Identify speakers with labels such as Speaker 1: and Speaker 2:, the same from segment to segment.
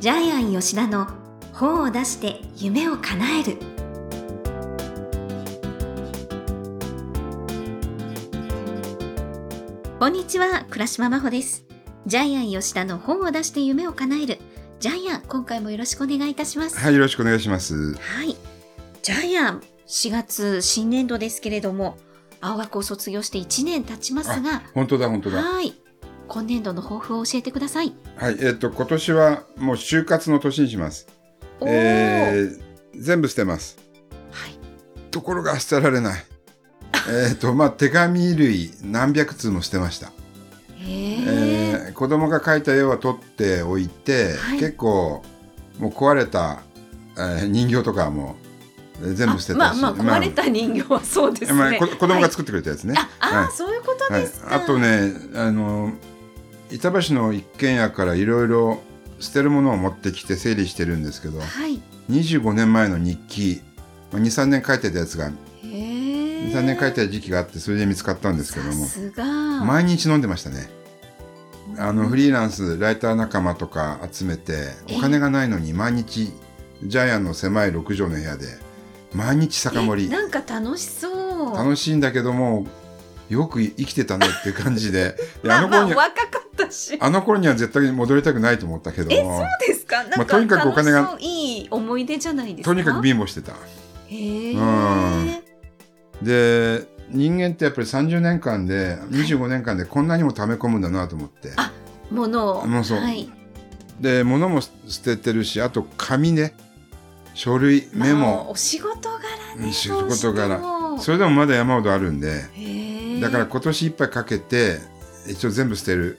Speaker 1: ジャイアン吉田の本を出して夢を叶えるこんにちは倉島真帆ですジャイアン吉田の本を出して夢を叶えるジャイアン今回もよろしくお願いいたします
Speaker 2: はい、よろしくお願いします。
Speaker 1: はい。ジャイアン、4月新年度ですけれども、青学を卒業して1年経ちますが、
Speaker 2: 本当だ、本当だ。は
Speaker 1: はい。今年度の抱負を教えてください。
Speaker 2: い、えっ、と、今年はもう就活の年にします。
Speaker 1: おー
Speaker 2: えー、全部捨てます。
Speaker 1: はい。
Speaker 2: ところが捨てられない。えっと、まあ、手紙類何百通も捨てました。
Speaker 1: え
Speaker 2: え
Speaker 1: ー、
Speaker 2: ー子供が描いた絵は取っておいて、
Speaker 1: はい
Speaker 2: 結構、もう壊れた、えー人形とかもえー全部捨て
Speaker 1: あま
Speaker 2: た
Speaker 1: あ
Speaker 2: し。
Speaker 1: まあ、壊れた人形はそうですね。
Speaker 2: まあこ子供
Speaker 1: は
Speaker 2: が
Speaker 1: い
Speaker 2: 作ってくれたやつね。
Speaker 1: あ、あー、
Speaker 2: はい
Speaker 1: そういうこと
Speaker 2: はい
Speaker 1: です、か。
Speaker 2: あとねあの板橋の一軒家からいろいろ捨てるものを持ってきて整理してるんですけど
Speaker 1: はい。
Speaker 2: 25年前の日記23年書いてたやつが
Speaker 1: えー、
Speaker 2: 23年書いてた時期があってそれで見つかったんですけど
Speaker 1: さ
Speaker 2: も
Speaker 1: すが。
Speaker 2: 毎日飲んでましたねあのフリーランスライター仲間とか集めて
Speaker 1: え
Speaker 2: お金がないのに毎日ジャイアンの狭い6畳の部屋で毎日酒盛
Speaker 1: え
Speaker 2: り
Speaker 1: なんか楽しそう。
Speaker 2: 楽しいんだけどもよく生きてたねっていう感 じでいや
Speaker 1: まあ、まあ、
Speaker 2: には
Speaker 1: 若かったし。
Speaker 2: あの頃には絶対に戻りたくないと思ったけど
Speaker 1: え、
Speaker 2: も
Speaker 1: そう、ですか。なんか、
Speaker 2: まあとにかくお金が
Speaker 1: 楽しそういい思い出じゃないですか。
Speaker 2: とにかく貧乏してた。
Speaker 1: へえ。
Speaker 2: うんで、人間ってやっぱり30年間で、25年間でこんなにも溜め込むんだなと思って。
Speaker 1: あものを。
Speaker 2: もうそう
Speaker 1: はい。
Speaker 2: で、物も捨ててるし、あと紙ね、書類、
Speaker 1: ま
Speaker 2: メ
Speaker 1: あ
Speaker 2: モ、
Speaker 1: お仕事柄
Speaker 2: う
Speaker 1: ね。
Speaker 2: ん仕事柄
Speaker 1: どうして
Speaker 2: それでもまだ山ほどあるんで、
Speaker 1: もへえ。
Speaker 2: だから今年いっぱいかけて、一応全部捨てる。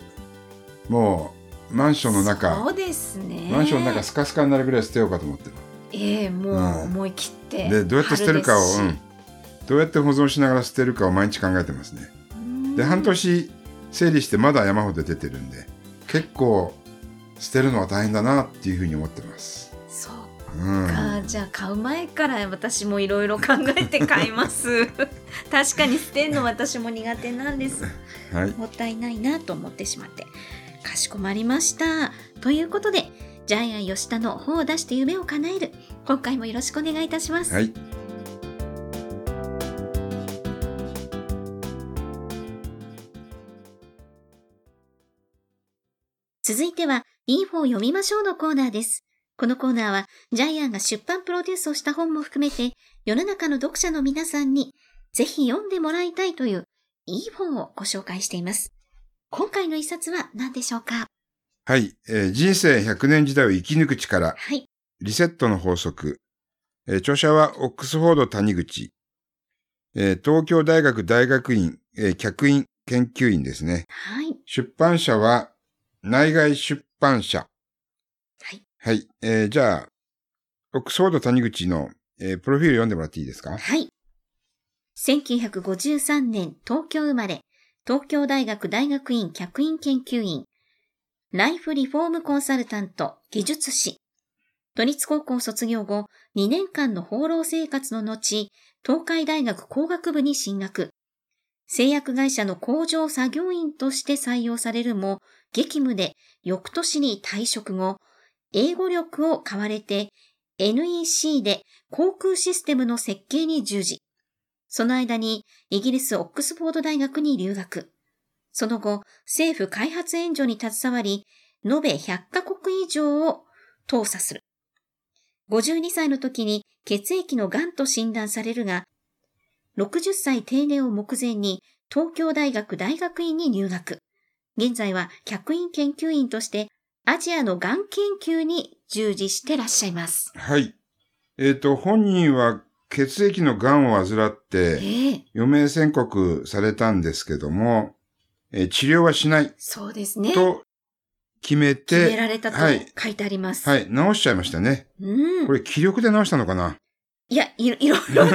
Speaker 2: もう、マンションの
Speaker 1: そ
Speaker 2: 中、
Speaker 1: うですね。
Speaker 2: マンションの中スカスカになるぐらい捨てようかと思ってる。
Speaker 1: ええも
Speaker 2: うん
Speaker 1: う思い切って。
Speaker 2: で、どうやって捨てるかを、
Speaker 1: 春
Speaker 2: うん。どうやって保存しながら捨てるかを毎日考えてますね。
Speaker 1: ですし
Speaker 2: で半。年整理してまだ山ほど出てるんで結構捨てるのは大変だなっていうふうに思ってます。
Speaker 1: うんそう
Speaker 2: うん、
Speaker 1: か、じゃあ買う前から私もいろいろ考えて買います。 確かに捨てんの私も苦手なん です。
Speaker 2: はい、
Speaker 1: もったいないなと思ってしまってかしこまりましたということでジャイアン吉田の本を出して夢を叶える今回もよろしくお願いいたします、
Speaker 2: はい、
Speaker 1: 続いては、インフォを読みましょうのコーナーです。このコーナーは、ジャイアンが出版プロデュースをした本も含めて、世の中の読者の皆さんに、ぜひ読んでもらいたいという、いい本をご紹介しています。今回の一冊は何でしょうか
Speaker 2: はいえー人生100年時代を生き抜く
Speaker 1: は
Speaker 2: 力
Speaker 1: い。
Speaker 2: リセットの法則、えー著者はオックスフォード谷口、えー東京大学大学院、えー客員研究員ですね
Speaker 1: はい。
Speaker 2: 出版社は内外出版社
Speaker 1: はい。
Speaker 2: はい、えーじゃあオックスフォード谷口の、えープロフィール読んでもらっていいですか
Speaker 1: はい。1953年、東京生まれ、東京大学大学院客員研究員、ライフリフォームコンサルタント、技術士。都立高校卒業後、2年間の放浪生活の後、東海大学工学部に進学。製薬会社の工場作業員として採用されるも、激務で翌年に退職後、英語力を買われて、NEC で航空システムの設計に従事。その間にイギリスオックスフォード大学に留学。その後、政府開発援助に携わり、延べ100カ国以上を投査する。52歳の時に血液の癌と診断されるが、60歳定年を目前に東京大学大学院に入学。現在は客員研究員としてアジアのがん研究に従事してらっしゃいます。
Speaker 2: はい。えっ、と、本人は血液の癌を患っ
Speaker 1: え
Speaker 2: て、
Speaker 1: え
Speaker 2: 余命宣告されたんですけども、えー治療はしない
Speaker 1: そうですね。
Speaker 2: と決め
Speaker 1: 決め
Speaker 2: て、
Speaker 1: られたと
Speaker 2: はい
Speaker 1: 書いてあります。
Speaker 2: はい、治しちゃいましたね。
Speaker 1: うん。
Speaker 2: これ、気力で治したの かな
Speaker 1: いや、いろ いろいろ、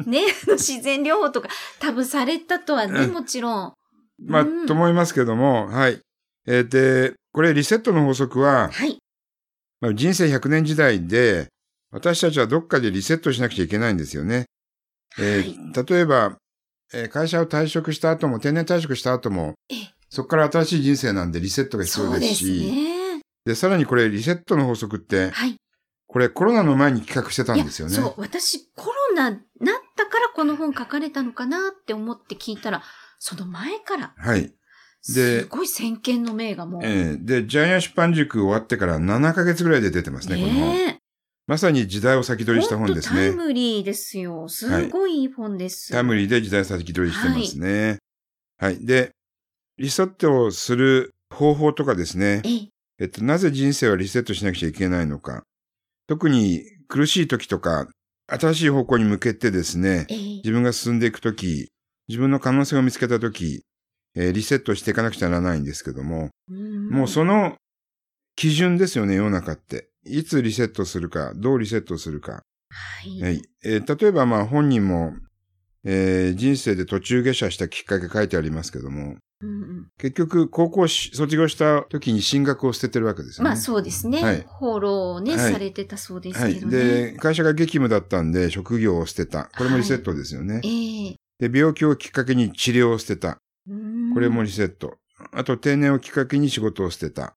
Speaker 1: ね、あの自然療法とか、多分されたとはね、
Speaker 2: うん
Speaker 1: もちろん。
Speaker 2: まあ、
Speaker 1: うん
Speaker 2: と思いますけども、はい。えーで、これ、リセットの法則は、
Speaker 1: はい。
Speaker 2: まあ人生100年時代で、私たちはどっかでリセットしなくちゃいけないんですよね。えー例えば、えー会社を退職した後も、定年退職した後も
Speaker 1: ええ、
Speaker 2: そこから新しい人生なんでリセットが必
Speaker 1: そ
Speaker 2: 要
Speaker 1: う
Speaker 2: で
Speaker 1: ですす
Speaker 2: し、
Speaker 1: ね。
Speaker 2: で、さらにこれ、リセットの法則って、
Speaker 1: はい。
Speaker 2: これコロナの前に企画してたんですよね。
Speaker 1: いやそう、私コロナなったからこの本書かれたのかなって思って聞いたら、その前から、
Speaker 2: はい。です
Speaker 1: ごい先見の明がもう。
Speaker 2: えーで、ジャイアン出版塾終わってから7ヶ月ぐらいで出てますね、この本。
Speaker 1: ね
Speaker 2: まさに時代を先
Speaker 1: え。
Speaker 2: 取りした本です
Speaker 1: ほんと
Speaker 2: ね。
Speaker 1: タイムリーですよ。すごいいい本です。
Speaker 2: タイムリーで時代先取りしてますね。はい、で、リセットをする方法とかですね。
Speaker 1: ええ、
Speaker 2: えっと、なぜ人生はリセットしなくちゃいけないのか。特に苦しい時とか、新しい方向に向けてですね、
Speaker 1: ええ、
Speaker 2: 自分が進んでいくとき、自分の可能性を見つけたとき、えーリセットしていかなくちゃならないんですけども、もうその基準ですよね、世の中って。いつリセットするか、どうリセットするか。
Speaker 1: はい。
Speaker 2: はいえー例えば、まあ本人も、えー人生で途中下車したきっかけ書いてありますけども、
Speaker 1: うんうん
Speaker 2: 結局、高校し卒業した時に進学を捨ててるわけですよね。
Speaker 1: まあそうですね。
Speaker 2: はい
Speaker 1: 放浪をね、
Speaker 2: はい
Speaker 1: されてたそうです
Speaker 2: は
Speaker 1: け
Speaker 2: い。
Speaker 1: どね。
Speaker 2: で、会社が激務だったんで、職業を捨てた。これもリセットですよね。
Speaker 1: ええ
Speaker 2: で、病気をきっかけに治療を捨てた。
Speaker 1: うん
Speaker 2: これもリセット。あと、定年をきっかけに仕事を捨てた。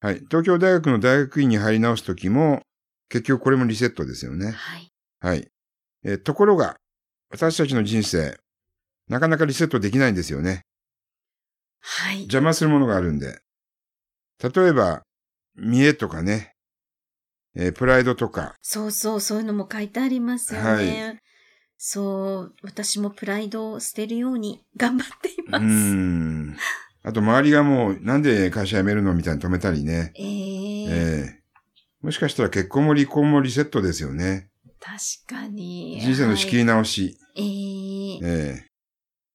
Speaker 2: はい。東京大学の大学院に入り直すときも、結局これもリセットですよね。
Speaker 1: はい。
Speaker 2: はい。えーところが、私たちの人生、なかなかリセットできないんですよね。
Speaker 1: はい。
Speaker 2: 邪魔するものがあるんで。例えば、見栄とかね、えープライドとか、
Speaker 1: そうそう、そういうのも書いてありますよね。
Speaker 2: はい
Speaker 1: そう、私もプライドを捨てるように頑張っていう
Speaker 2: ー
Speaker 1: ます。
Speaker 2: ん。あと、周りがもう、なんで会社辞めるのみたいに止めたりね。
Speaker 1: ええ
Speaker 2: ええもしかしたら結婚も離婚もリセットですよね。
Speaker 1: 確かに。
Speaker 2: 人生の仕切り直し。
Speaker 1: はいええ
Speaker 2: え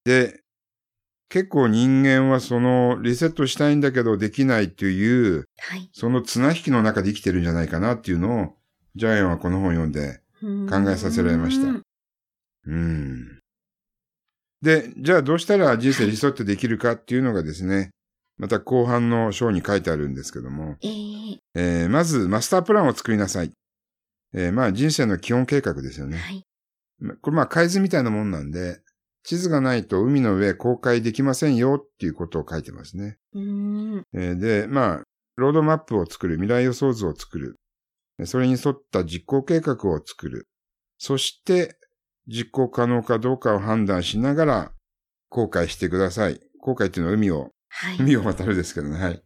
Speaker 2: えで、結構人間はそのリセットしたいんだけどできないという、
Speaker 1: はい。
Speaker 2: その綱引きの中で生きてるんじゃないかなっていうのを、ジャイアンはこの本を読んで、
Speaker 1: 考
Speaker 2: えさせられましたうん。で、じゃあどうしたら人生リセットできるかっていうのがですね、また後半の章に書いてあるんですけども、
Speaker 1: ええ
Speaker 2: えーまずマスタープランを作りなさい。えーまあ人生の基本計画ですよね。
Speaker 1: はい。
Speaker 2: まこれまあ海図みたいなもんなんで、地図がないと海の上公開できませんよっていうことを書いてますね。
Speaker 1: うーん。
Speaker 2: えーで、まあ、ロードマップを作る、未来予想図を作る。えそれに沿った実行計画を作る。そして、実行可能かどうかを判断しながら、後悔してください。後悔っていうのは海を、
Speaker 1: はい。
Speaker 2: 海を渡るですけどね。はい。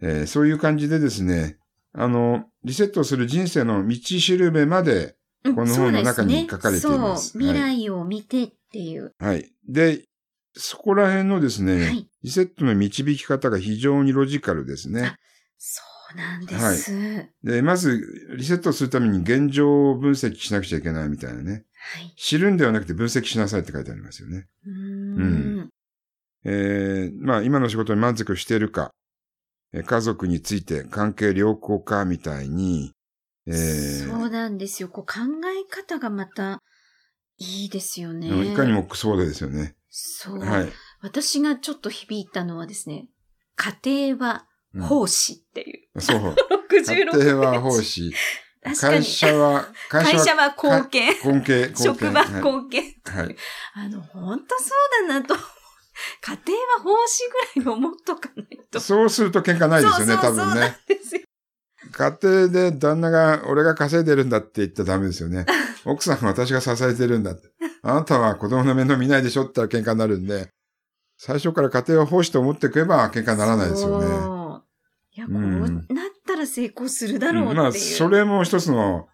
Speaker 2: えーそういう感じでですね、あの、リセットする人生の道しるべまで、
Speaker 1: うん
Speaker 2: この本の中に書かれています
Speaker 1: そうでねそう
Speaker 2: は
Speaker 1: 未来を見てっていう。
Speaker 2: はい。で、そこら辺のですね、
Speaker 1: はい
Speaker 2: リセットの導き方が非常にロジカルですね
Speaker 1: あ。そうなんです。はい。
Speaker 2: で、まず、リセットするために現状を分析しなくちゃいけないみたいなね。知るんではなくて分析しなさいって書いてありますよね。
Speaker 1: うーん。
Speaker 2: えー、まあ、今の仕事に満足しているか、えー家族について関係良好かみたいに、えー
Speaker 1: そうなんですよ。こう考え方がまたいいですよね。
Speaker 2: いかにもそうですよね。
Speaker 1: そう、
Speaker 2: はい。
Speaker 1: 私がちょっと響いたのはですね、家庭は
Speaker 2: うん
Speaker 1: 奉仕っていう。
Speaker 2: そう。
Speaker 1: 66ペ
Speaker 2: 家
Speaker 1: ージ
Speaker 2: 庭は奉仕。
Speaker 1: 確かに
Speaker 2: 会社は、
Speaker 1: 会社
Speaker 2: は
Speaker 1: は貢献。
Speaker 2: 根茎。根茎
Speaker 1: 職場
Speaker 2: はい
Speaker 1: 貢献。
Speaker 2: はい。
Speaker 1: あの、本当そうだなと。家庭は奉仕ぐらいを思っとかないと。
Speaker 2: そうすると喧嘩ないですよね、
Speaker 1: そうそ
Speaker 2: 多
Speaker 1: うそうな
Speaker 2: 分
Speaker 1: ん
Speaker 2: ね。
Speaker 1: ですよ。
Speaker 2: 家庭で旦那が、俺が稼いでるんだって言ったらダメです よね。奥さんは私が支えてるんだって。あなたは子供の面倒見ないでしょって言ったら喧嘩になるんで、最初から家庭を奉仕と思っていけば喧嘩にならないですよね。うん
Speaker 1: そういや、こ
Speaker 2: う
Speaker 1: うんなったら成功するだろうっていう。
Speaker 2: まあ、それも一つの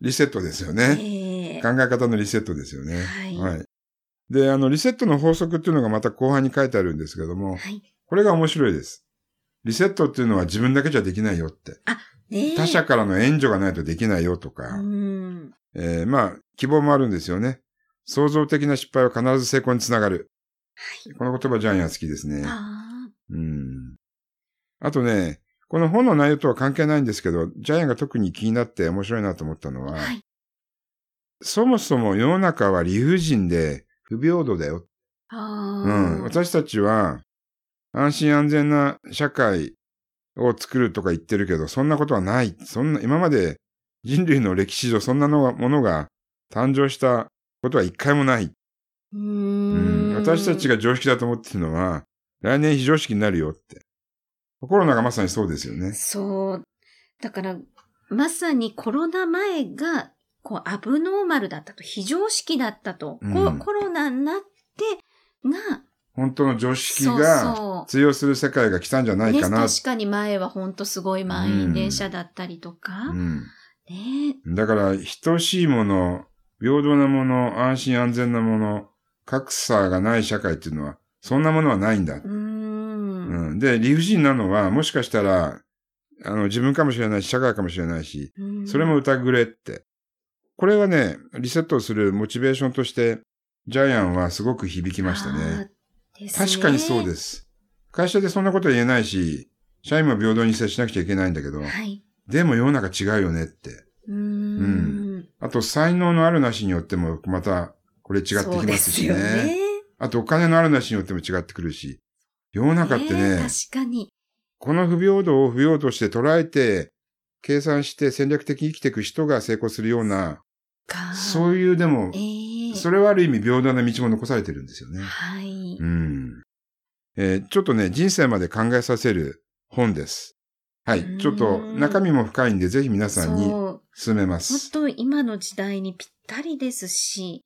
Speaker 2: リセットですよね。
Speaker 1: ええ
Speaker 2: 考え方のリセットですよね。
Speaker 1: はい
Speaker 2: はい。で、あの、リセットの法則っていうのがまた後半に書いてあるんですけど
Speaker 1: は
Speaker 2: も、
Speaker 1: い。
Speaker 2: これが面白いです。リセットっていうのは自分だけじゃできないよって。
Speaker 1: ねえ
Speaker 2: 他者からの援助がないとできないよとか、
Speaker 1: うん。
Speaker 2: えーまあ、希望もあるんですよね。創造的な失敗は必ず成功につながる。この言葉ジャイアン好きですね。
Speaker 1: ああ。
Speaker 2: うん。あとね、この本の内容とは関係ないんですけど、ジャイアンが特に気になって面白いなと思ったのは、
Speaker 1: はい。
Speaker 2: そもそも世の中は理不尽で不平等だよ。
Speaker 1: あ
Speaker 2: う
Speaker 1: あ。
Speaker 2: ん。私たちは安心安全な社会を作るとか言ってるけど、そんなことはない。そんな、今まで人類の歴史上そんなのがものが誕生したことは一回もない。
Speaker 1: う
Speaker 2: う
Speaker 1: ー
Speaker 2: ん
Speaker 1: ん
Speaker 2: 私たちが常識だと思ってるのは、来年非常識になるよって。コロナがまさにそうですよね。
Speaker 1: そう。だから、まさにコロナ前が、こう、アブノーマルだったと、非常識だったと、こう
Speaker 2: うん
Speaker 1: コロナになって、が、
Speaker 2: 本当の常識
Speaker 1: そう
Speaker 2: が
Speaker 1: そ
Speaker 2: 通用する世界が来たんじゃ
Speaker 1: う。
Speaker 2: ない
Speaker 1: ね、
Speaker 2: かな。
Speaker 1: 確かに前はほんとすごい満員電車だったりとか、ね
Speaker 2: うん、だから、等しいもの、平等なもの、安心安全なもの、格差がない社会っていうのは、そんなものはないんだ
Speaker 1: う。ーんうん。
Speaker 2: うん、で、理不尽なのは、もしかしたら、あの、自分かもしれないし、社会かもしれないし、それも歌ぐれって。これがね、リセットをするモチベーションとして、ジャイアンはすごく響きましたね。
Speaker 1: あー。ですね
Speaker 2: 確かにそうです。会社でそんなこと言えないし、社員も平等に接しなくちゃいけないんだけど、
Speaker 1: はい。
Speaker 2: でも世の中違うよねって。
Speaker 1: うーん。
Speaker 2: あと、才能のあるなしによっても、また、これ違ってき
Speaker 1: そう
Speaker 2: ますし
Speaker 1: で
Speaker 2: ね。
Speaker 1: すよね。
Speaker 2: あと、お金のあるなしによっても違ってくるし、世の中って
Speaker 1: ね
Speaker 2: ね
Speaker 1: 確、かに。
Speaker 2: この不平等を不平等として捉えて、計算して戦略的に生きていく人が成功するような、
Speaker 1: か。
Speaker 2: そういうでも
Speaker 1: え、え
Speaker 2: それはある意味平等な道も残されてるんですよね。
Speaker 1: はい。
Speaker 2: うん。えーちょっとね、人生まで考えさせる本です。は
Speaker 1: うー
Speaker 2: い。
Speaker 1: ん
Speaker 2: ちょっと中身も深いんで、ぜひ皆さんに
Speaker 1: そう。
Speaker 2: 勧めま
Speaker 1: 本
Speaker 2: す。。
Speaker 1: 当今の時代にぴったりですし、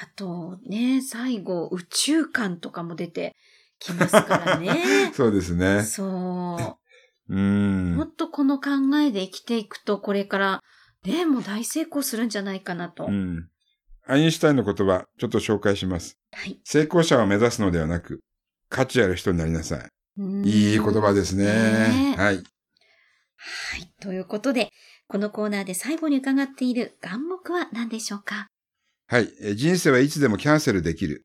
Speaker 1: あとね、最後、宇宙観とかも出てきますからね
Speaker 2: そうです ね。
Speaker 1: そうう。
Speaker 2: ん
Speaker 1: も。っとこの考えで生きていくと、これから、ね、もう大成功するんじゃないかなと。
Speaker 2: うん。アインシュタインの言葉、ちょっと紹介します。
Speaker 1: はい。
Speaker 2: 成功者を目指すのではなく、価値ある人になりなさい。
Speaker 1: うん
Speaker 2: いい言葉ですね
Speaker 1: ね。
Speaker 2: はい。
Speaker 1: はい。ということで、このコーナーで最後に伺っている願目は何でしょうか
Speaker 2: はい。えー人生はいつでもキャンセルできる。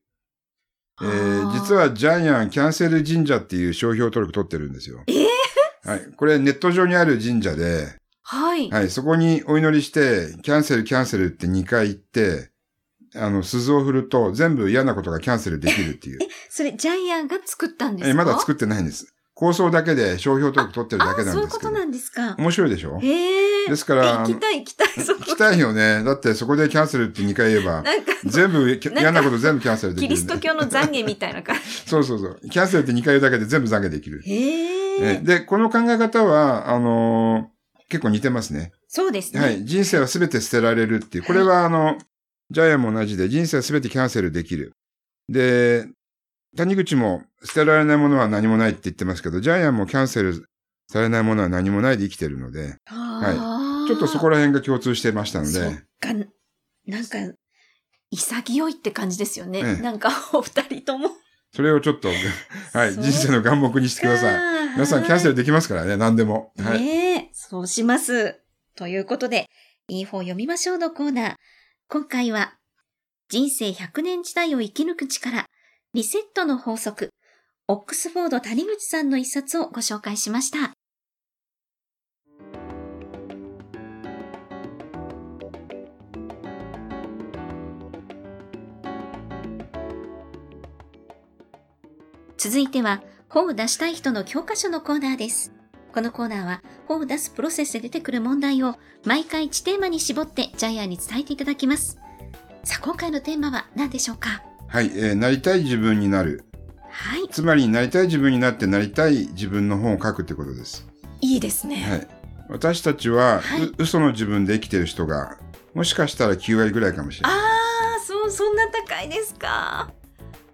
Speaker 2: えー
Speaker 1: あー
Speaker 2: 実はジャイアンキャンセル神社っていう商標登録取ってるんですよ。
Speaker 1: え
Speaker 2: はい。これネット上にある神社で、
Speaker 1: はい。
Speaker 2: はい。そこにお祈りして、キャンセルキャンセルって2回言って、あの、鈴を振ると全部嫌なことがキャンセルできるっていう。
Speaker 1: それ、ジャイアンが作ったんですか
Speaker 2: えーまだ作ってないんです。構想だけで商標登録取ってるだけ
Speaker 1: あ
Speaker 2: な
Speaker 1: そ
Speaker 2: ん
Speaker 1: ういう
Speaker 2: で
Speaker 1: こ
Speaker 2: すけ
Speaker 1: と
Speaker 2: ど。
Speaker 1: なんですか。
Speaker 2: 面白いでしょ
Speaker 1: へえ。
Speaker 2: ですから、
Speaker 1: え行
Speaker 2: あ
Speaker 1: き
Speaker 2: の
Speaker 1: たい行きたい。そ
Speaker 2: 行き
Speaker 1: こ
Speaker 2: たいよね。だってそこでキャンセルって2回言えば、
Speaker 1: なんか、
Speaker 2: 全部き、
Speaker 1: なんか
Speaker 2: 嫌なこと全部キャンセルでき
Speaker 1: キ
Speaker 2: るんで。
Speaker 1: リスト教の懺悔みたいな感
Speaker 2: そうそうそう。キャンセルって2回言うだけで全部懺悔できる。
Speaker 1: じ。 へえ。
Speaker 2: えで、この考え方は、あのー結構似てますね。
Speaker 1: そうですね。
Speaker 2: はい。人生は全て捨てられるっていう。これは、あの、ジャイアンも同じで、人生は全てキャンセルできる。で、谷口も捨てられないものは何もないって言ってますけど、ジャイアンもキャンセルされないものは何もないで生きてるので、
Speaker 1: は
Speaker 2: ちょっとそこら辺が共通してましたの
Speaker 1: そ
Speaker 2: で
Speaker 1: っ、か、なんか、潔いって感じですよね。
Speaker 2: ええ
Speaker 1: なんか、お二人とも。
Speaker 2: それ をちょっと、はい、
Speaker 1: そう
Speaker 2: 人生の眼目にしてください。
Speaker 1: さい
Speaker 2: 皆さんキャンセルできますからね、何でも。はい。
Speaker 1: ねえ、そうします。ということで、いい本読みましょうのコーナー。今回は、人生100年時代を生き抜く力、リセットの法則、オックスフォード谷口さんの一冊をご紹介しました。続いては、本を出したい人の教科書のコーナーです。このコーナーは本を出すプロセスで出てくる問題を毎回1テーマに絞ってジャイアンに伝えていただきます。さあ今回のテーマは何でしょうか
Speaker 2: はい、えーなりたい自分になる。
Speaker 1: はい。
Speaker 2: つまり、なりたい自分になってなりたい自分の本を書くってことです。
Speaker 1: いいですね。
Speaker 2: はい。私たちは、う
Speaker 1: はい
Speaker 2: 嘘の自分で生きてる人が、もしかしたら9割ぐらいかもしれない。
Speaker 1: ああ、そう、そんな高いですか。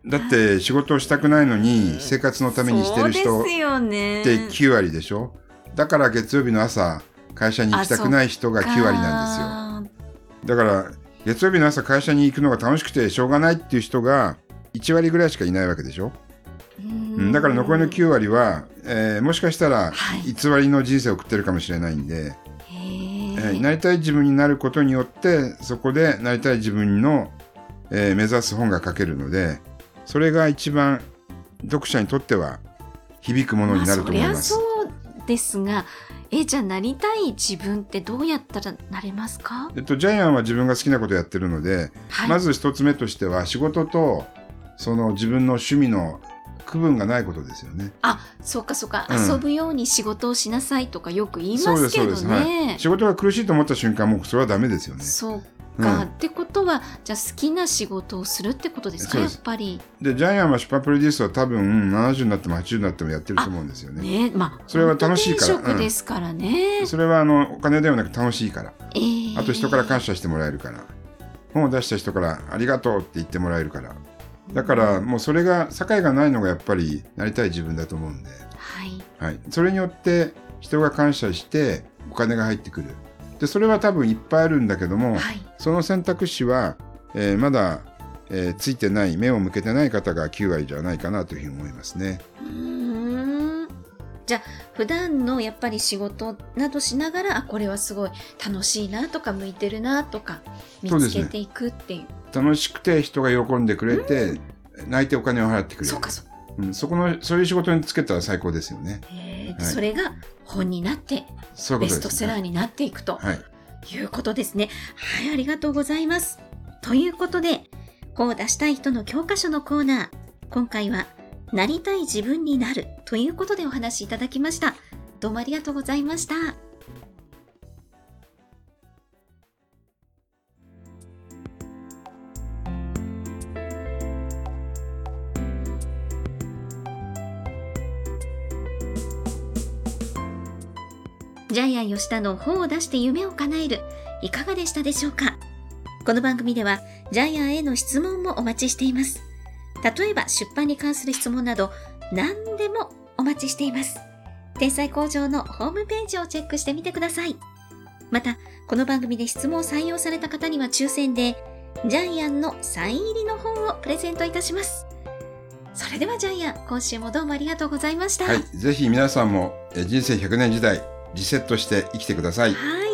Speaker 2: だって、仕事をしたくないのに、生活のためにしてる
Speaker 1: そ
Speaker 2: 人
Speaker 1: う
Speaker 2: っ
Speaker 1: ですよね。
Speaker 2: て9割でしょだから月曜日の朝、会社に行きたくない人が9割なん
Speaker 1: んですよ。
Speaker 2: ですよ。だから、月曜日の朝会社に行くのが楽しくてしょうがないっていう人が、1割ぐらいしかいないわけでしょうんだから残りの9割は、えーもしかしたら
Speaker 1: はい
Speaker 2: 偽りの人生を送ってるかもしれないんで、
Speaker 1: へ
Speaker 2: えー
Speaker 1: え。
Speaker 2: なりたい自分になることによってそこでなりたい自分の、えー目指す本が書けるのでそれが一番読者にとっては響くものになると思います。
Speaker 1: あそりゃそうですが、えじゃあなりたい自分ってどうやったらなれますか。
Speaker 2: えっと、ジャイアンは自分が好きなことをやってるので、
Speaker 1: はい。
Speaker 2: まず一つ目としては仕事とその自分の趣味の区分がないことですよね。
Speaker 1: あ、そうかそうか、
Speaker 2: うん
Speaker 1: 遊ぶように仕事をしなさいとかよく言いますけど
Speaker 2: はい
Speaker 1: ね。
Speaker 2: 仕事が苦しいと思った瞬間もうそれはダメですよね。
Speaker 1: そうか、
Speaker 2: うん
Speaker 1: ってことはじゃあ好きな仕事をするってことですか
Speaker 2: そう
Speaker 1: や
Speaker 2: で
Speaker 1: っ
Speaker 2: す
Speaker 1: ぱり
Speaker 2: で、ジャイアンは出版プロデュースは多分70になっても80になってもやってると思うんですよね。
Speaker 1: ねまあ
Speaker 2: それは楽しいから
Speaker 1: 本当転職ですからね、
Speaker 2: それはあのお金ではなく楽しいから。
Speaker 1: えー
Speaker 2: あと人から感謝してもらえるから。本を出した人からありがとうって言ってもらえるから。だからもうそれが、境がないのがやっぱりなりたい自分だと思うんで。
Speaker 1: はい
Speaker 2: はい。それによって人が感謝してお金が入ってくる。で、それは多分いっぱいあるんだけども、
Speaker 1: はい
Speaker 2: その選択肢は、えーまだ、えーついてない、目を向けてない方が9割じゃないかなというふうに思いますね。
Speaker 1: うーんじゃあ普段のやっぱり仕事などしながらあこれはすごい楽しいなとか向いてるなとか見
Speaker 2: そうで
Speaker 1: つ
Speaker 2: すね
Speaker 1: けていくっていう
Speaker 2: 楽しくて人が喜んでくれて、泣いてお金を払ってくれる
Speaker 1: そうかそうか、
Speaker 2: うん、そこのそういう仕事につけたら最高ですよね
Speaker 1: えー
Speaker 2: はい
Speaker 1: それが本になって
Speaker 2: そういう
Speaker 1: ベ
Speaker 2: こと
Speaker 1: ス
Speaker 2: です、ね、
Speaker 1: トセラーになっていくと
Speaker 2: はい
Speaker 1: いうことですねはいありがとうございますということでこう出したい人の教科書のコーナー今回はなりたい自分になるということでお話しいただきましたどうもありがとうございましたジャイアン吉田の本を出して夢を叶える、いかがでしたでしょうかこの番組では、ジャイアンへの質問もお待ちしています。例えば、出版に関する質問など、何でもお待ちしています。天才工場のホームページをチェックしてみてください。また、この番組で質問を採用された方には抽選で、ジャイアンのサイン入りの本をプレゼントいたします。それではジャイアン、今週もどうもありがとうございました。
Speaker 2: はい、ぜひ皆さんもえー人生100年時代リセットして生きてください
Speaker 1: はい